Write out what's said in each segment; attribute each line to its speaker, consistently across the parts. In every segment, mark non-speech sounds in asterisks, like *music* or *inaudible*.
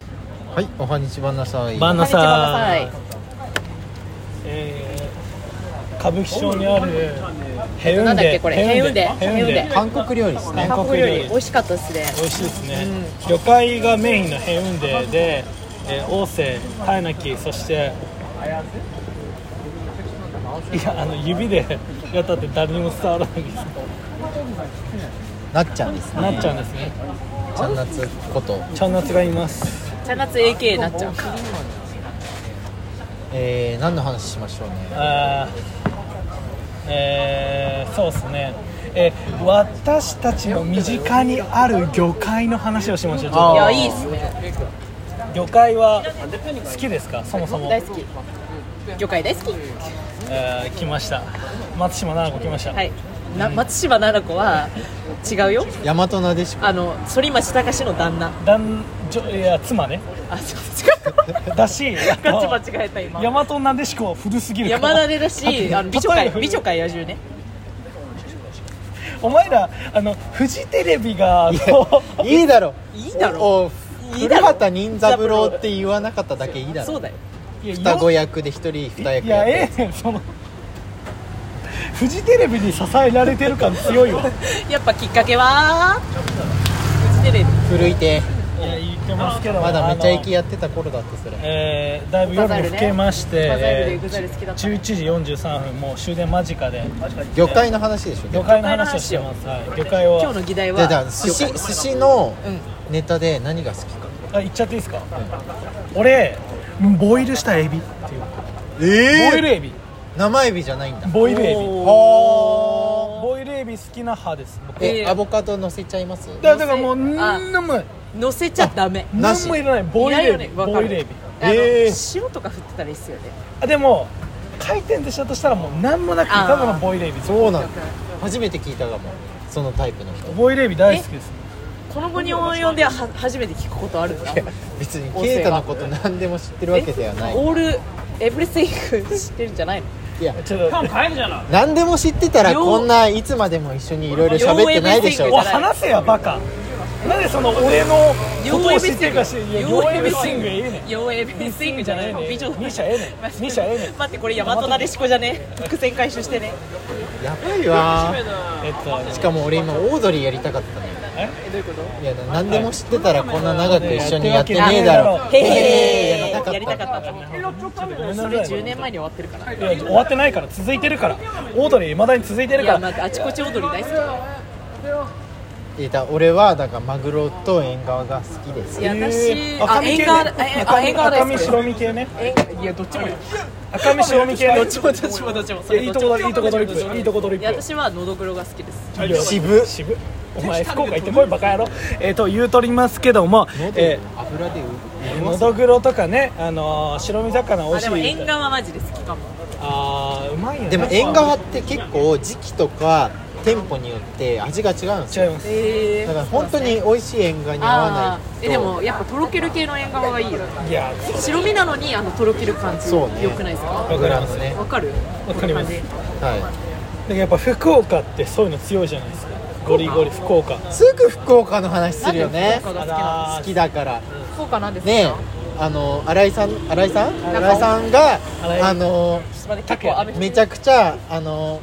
Speaker 1: はい、おはにちばなさい。
Speaker 2: バナ
Speaker 3: こんにち
Speaker 2: さん、
Speaker 3: は
Speaker 2: えー、歌舞伎町にあるヘウ
Speaker 3: な
Speaker 2: ン
Speaker 3: んだっ
Speaker 2: デ
Speaker 3: けこれヘウンデ
Speaker 2: ヘウンデ
Speaker 3: ヘウン
Speaker 1: 韓国料理ですね。
Speaker 2: 韓
Speaker 3: 韓国
Speaker 2: 国
Speaker 3: 料
Speaker 2: 料
Speaker 3: 理
Speaker 2: 理
Speaker 3: 美味しかったですね
Speaker 2: 美味しいですね、魚介がメインのヘウンデで、えー、王生タイナキそしていやあの指でやったって誰にも伝わらないです
Speaker 1: なっちゃんですね。
Speaker 2: なっちゃうんですね
Speaker 1: ちゃんなつこと、
Speaker 2: チャンナツがいます
Speaker 3: チャナツ AK になっちゃう
Speaker 1: えー、何の話しましょうね。
Speaker 2: あーえー、そうですねえー私たちの身近にある魚介の話をしましょうちょっと
Speaker 1: あー
Speaker 3: いやいいっすね
Speaker 2: 魚介は好きですかそもそも、
Speaker 3: 大好き魚介大好き
Speaker 2: えー来ました松島菜々子来ました、
Speaker 3: はいな松島菜々子は違うよ
Speaker 1: 大和なでしこ。
Speaker 3: あの反町隆史の旦那
Speaker 2: 男女いや妻ね
Speaker 3: あそっちか
Speaker 2: だし
Speaker 3: ガチ
Speaker 2: あの
Speaker 3: 間違えた今
Speaker 2: 大和なでしこは古すぎるから
Speaker 3: 山田でだしあの美女
Speaker 2: 例え
Speaker 3: 界
Speaker 2: ば
Speaker 3: 美女界野獣ね
Speaker 2: お前らあのフジテレビがこう
Speaker 1: いいだろ。
Speaker 3: いいだろ
Speaker 1: おお
Speaker 3: いいだ
Speaker 1: 古
Speaker 3: ろ
Speaker 1: 畑任三郎って言わなかっただけいいだ
Speaker 3: そ
Speaker 1: ろ。
Speaker 3: うだよ
Speaker 2: いや
Speaker 1: 双子役で一人二役
Speaker 2: いや
Speaker 1: やっ
Speaker 2: ええねんそのフジテレビに支えられてる感強いわ
Speaker 3: やっぱきっかけはフジテレビ
Speaker 1: て古いて
Speaker 2: いや言ってますけど
Speaker 1: まだめちゃイ
Speaker 2: き
Speaker 1: きやってた頃だってそれ
Speaker 2: えーだいぶ夜も更けまして、
Speaker 3: マザイルで
Speaker 2: え
Speaker 3: グザイル好きだ
Speaker 2: ー
Speaker 3: った
Speaker 2: 11時43分もう終電間近で
Speaker 1: 魚介の話でしょ
Speaker 2: 魚介の話をしてます、はい、魚介を
Speaker 3: 今日の議題
Speaker 1: じゃあじゃあ
Speaker 3: は
Speaker 1: 寿司寿司の
Speaker 3: うん
Speaker 1: ネタで何が好きか
Speaker 2: あ言っちゃっていいですか、俺ボイルしたエビっていうボイルエビ
Speaker 1: 生エビじゃないんだ
Speaker 2: ボイルエビ
Speaker 1: お
Speaker 2: ボイルエビ好きな派です僕
Speaker 3: え
Speaker 2: だ
Speaker 1: え
Speaker 3: えー
Speaker 1: アボカド乗せちゃいます
Speaker 2: だからもう
Speaker 3: あ
Speaker 2: 何もない
Speaker 3: 乗せちゃダメ
Speaker 1: なし
Speaker 2: 何もいらないボイル
Speaker 3: い
Speaker 2: エ
Speaker 3: らんよ
Speaker 2: ビ
Speaker 3: ねわかる
Speaker 2: ボイルエビ
Speaker 3: あの
Speaker 1: え
Speaker 3: 塩とか振ってたらいいっすよね
Speaker 2: あでも回転でしたとしたらもう何もなくて
Speaker 3: あー
Speaker 2: ただのボイルエビ
Speaker 1: そうなんだ初めて聞いたかもそのタイプの人
Speaker 2: ボイルエビ大好きです
Speaker 3: この後に音んではは初めて聞くことあるんだ
Speaker 1: いや別に啓太のこと何でも知ってるわけではない
Speaker 3: えオールエブリスイング知ってるんじゃな
Speaker 2: *laughs*
Speaker 3: いの
Speaker 1: いや
Speaker 2: ちょっと
Speaker 1: 何でも知ってたら
Speaker 3: よう
Speaker 1: こんないつまでも一緒にいろいろ喋ってないでしょ
Speaker 3: よう
Speaker 2: お話せやバカなんでその俺のことを知ってるかしいや両エビスイングええねん
Speaker 3: ヨーエブリスイングじゃないの美女
Speaker 2: ミシャええねん
Speaker 3: *laughs*
Speaker 2: ミシャええねん
Speaker 3: 待ってこれ大和なでしこじゃ
Speaker 2: *laughs*
Speaker 3: ね伏線回収してね
Speaker 1: やばいわ
Speaker 2: えっと
Speaker 1: しかも俺今オードリーやりたかったのよ
Speaker 3: えどういうこと
Speaker 1: いや何でも知ってたらこんな長く一緒にやってねえだろ
Speaker 3: へ
Speaker 1: へー
Speaker 3: へへや
Speaker 1: や
Speaker 3: り
Speaker 1: り
Speaker 3: た
Speaker 1: た
Speaker 3: か
Speaker 1: か
Speaker 3: った
Speaker 2: ごめん
Speaker 3: そ
Speaker 2: な
Speaker 3: れ
Speaker 2: さい
Speaker 3: 10年前に終わってるから
Speaker 2: いや終わってないから続いてるからオードリーまだに続いてる
Speaker 3: い
Speaker 2: か
Speaker 3: や
Speaker 2: ら
Speaker 3: まああちこち踊り大好きだ
Speaker 1: えーだ俺はだからマグロと縁側が好きです
Speaker 3: いや
Speaker 2: え
Speaker 3: 私
Speaker 2: ー
Speaker 3: あ
Speaker 2: 赤身
Speaker 3: 縁
Speaker 2: 系
Speaker 3: 側
Speaker 2: ね
Speaker 3: え
Speaker 2: 赤
Speaker 3: あ
Speaker 2: 身
Speaker 3: 縁側
Speaker 2: 赤
Speaker 3: 大
Speaker 2: 身
Speaker 3: 好き
Speaker 2: 白身系ね
Speaker 3: 縁いやどっちもよ
Speaker 2: 赤身白身系
Speaker 3: どっちもどっちもどっちもそれ
Speaker 2: いい
Speaker 3: ど
Speaker 2: と
Speaker 3: っちも
Speaker 2: こいいとこドリップいいとこドリ
Speaker 3: いや
Speaker 2: ップ
Speaker 3: 私はのどぐろが好きです
Speaker 1: 渋
Speaker 2: 渋お前福岡行ってこいバカ野郎えーと言うとりますけども
Speaker 1: 喉
Speaker 2: え
Speaker 1: 油で
Speaker 2: ーのどぐろとかねあのー白身魚美
Speaker 3: あ
Speaker 2: 味
Speaker 3: で
Speaker 2: し
Speaker 3: も
Speaker 2: い
Speaker 3: 縁側マジで好きかも
Speaker 2: あーうまいよね
Speaker 1: でも縁側って結構時期とか店舗によって味が違うんですよ
Speaker 2: 違います
Speaker 3: え
Speaker 1: だから本当に美味しい縁側に合わ
Speaker 3: あ
Speaker 1: な
Speaker 3: ー
Speaker 1: い
Speaker 3: え
Speaker 1: と
Speaker 3: でもやっぱとろける系の縁側がいいよ
Speaker 2: いや
Speaker 3: 白身なのにあのとろける感じ
Speaker 1: そうね
Speaker 3: よくないですか
Speaker 2: わかります
Speaker 1: ね
Speaker 3: わかる
Speaker 2: わかりますだ
Speaker 1: は
Speaker 2: けどやっぱ福岡ってそういうの強いじゃないですかゴリゴリ福岡
Speaker 1: いすぐ福岡の話するよ
Speaker 3: なんで
Speaker 1: ね
Speaker 3: 福岡が好きな
Speaker 2: あ
Speaker 1: 好きだから
Speaker 3: の福岡なんですか
Speaker 1: ねえあの新井さん新井さん
Speaker 3: ん
Speaker 1: 新井さんが
Speaker 2: 新井
Speaker 1: あの
Speaker 3: ちょっと待って結構雨降
Speaker 1: め
Speaker 3: っ
Speaker 1: ちゃくちゃあの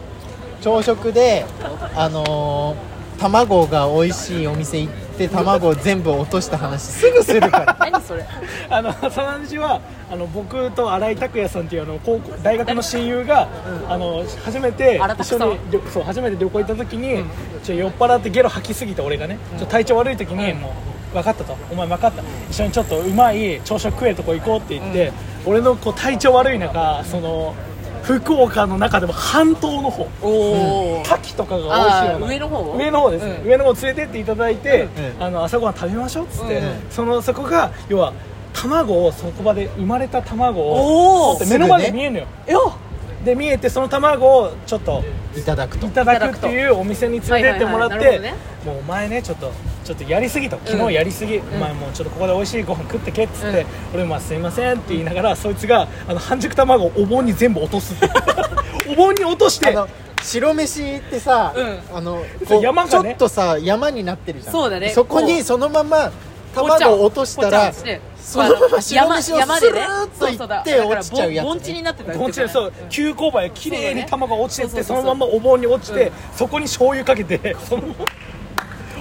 Speaker 1: 朝食であの卵が美味しいお店行って卵を全部落とした話すぐするから
Speaker 3: *laughs* て何それ
Speaker 2: あのその話はあの僕と新井拓也さんっていうあの高校大学の親友が、あの初めて
Speaker 3: 新拓
Speaker 2: 一
Speaker 3: さ
Speaker 2: 緒
Speaker 3: ん
Speaker 2: に旅そう初めて旅行行った時に、ちょ酔っ払ってゲロ吐きすぎて俺がねちょ体調悪い時に、もう分かったとお前分かった一緒にちょっとうまい朝食食えるとこ行こうって言って、俺のこう体調悪い中その福岡の中でも半島の方
Speaker 3: おおー
Speaker 2: 牡蠣とかが美味しい
Speaker 3: あー
Speaker 2: よ
Speaker 3: 上の方
Speaker 2: 上の方ですね、
Speaker 3: うん
Speaker 2: 上の方連れてっていただいて、
Speaker 1: うん
Speaker 2: あの朝ごはん食べましょうっつって、
Speaker 1: うん
Speaker 2: そのそこが要は卵をそこ場で生まれた卵
Speaker 3: お
Speaker 2: を
Speaker 3: ー
Speaker 2: だって目の前
Speaker 1: す
Speaker 2: で
Speaker 1: ぐね
Speaker 2: 見えるのよ、
Speaker 3: えよ
Speaker 2: で見えてその卵をちょっと
Speaker 1: いただくと
Speaker 2: いただくっていうお店に連れてってもらって、
Speaker 3: はいはいはいなる
Speaker 2: もうお前ねちょっとちょっとやりすぎと昨日やりすぎ、お前もうちょっとここで美味しいご飯食ってけっつって、
Speaker 3: うん
Speaker 2: 俺まあすいませんって言いながらそいつがあの半熟卵をお盆に全部落と
Speaker 3: *laughs*
Speaker 2: すってお盆に落として
Speaker 1: あの白飯ってさ、
Speaker 3: うん
Speaker 1: あの
Speaker 2: そう山がね
Speaker 1: ちょっとさ山になってるじゃん
Speaker 3: そうだね
Speaker 1: そこ
Speaker 3: こ
Speaker 1: に
Speaker 3: う
Speaker 1: そのまま
Speaker 3: ぽっちゃん
Speaker 1: 卵落とした
Speaker 3: ぽっちゃ
Speaker 1: ら
Speaker 3: んして
Speaker 1: そのまま白飯を
Speaker 3: 山で
Speaker 1: ス
Speaker 3: ね
Speaker 1: ルーッといって
Speaker 3: そうそうだだから
Speaker 1: 落ちちゃうやつね
Speaker 3: ぼん盆地になってた
Speaker 2: 盆地でそう急勾配綺麗に卵が落ちてっ
Speaker 3: そう
Speaker 2: て
Speaker 3: だね
Speaker 2: そのままお盆に落ちてそこに醤油かけて *laughs* その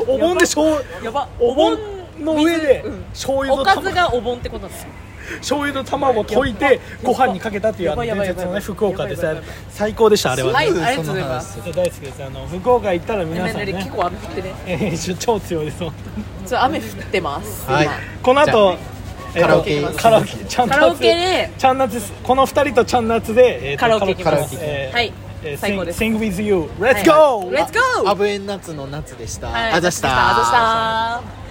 Speaker 2: お盆で醤油
Speaker 3: やば
Speaker 2: お盆の上で
Speaker 3: うん
Speaker 2: 醤油
Speaker 3: お
Speaker 2: の
Speaker 3: かず
Speaker 2: 卵
Speaker 3: がお盆ってことね
Speaker 2: 醤油の卵を溶いてご飯にかけたっていう
Speaker 3: や
Speaker 2: あの
Speaker 3: ばいや
Speaker 2: 伝
Speaker 3: ばい
Speaker 2: 説の
Speaker 3: やば
Speaker 2: ね
Speaker 3: い
Speaker 2: 福岡で
Speaker 3: やば
Speaker 2: さ
Speaker 3: いやばい
Speaker 2: 最高でしたあれは
Speaker 3: は
Speaker 2: ね
Speaker 3: い
Speaker 1: すぐ
Speaker 3: ありがと
Speaker 1: そうの
Speaker 3: ございます
Speaker 1: 話
Speaker 2: 大好きですあの福岡行ったら皆
Speaker 3: 今
Speaker 2: さん
Speaker 3: ね結
Speaker 2: ね
Speaker 3: 構雨降ってね
Speaker 2: 超強いです本当に
Speaker 3: ちょっと雨降ってます
Speaker 1: はい
Speaker 3: 今
Speaker 2: この後えっと
Speaker 1: カラオケ行きます
Speaker 2: カラオケちゃんなつ
Speaker 3: カラオケで
Speaker 2: ちゃんなつですこの二人とちゃんなつでえっと
Speaker 3: カラオケ行きます
Speaker 1: カラオケ行きます
Speaker 2: えー
Speaker 3: はい
Speaker 2: えー
Speaker 3: 最高です
Speaker 2: Sing Sing with you Let's go
Speaker 3: レッツゴー
Speaker 1: アブエンナツの夏でした、
Speaker 3: はい
Speaker 1: あざした
Speaker 3: あざした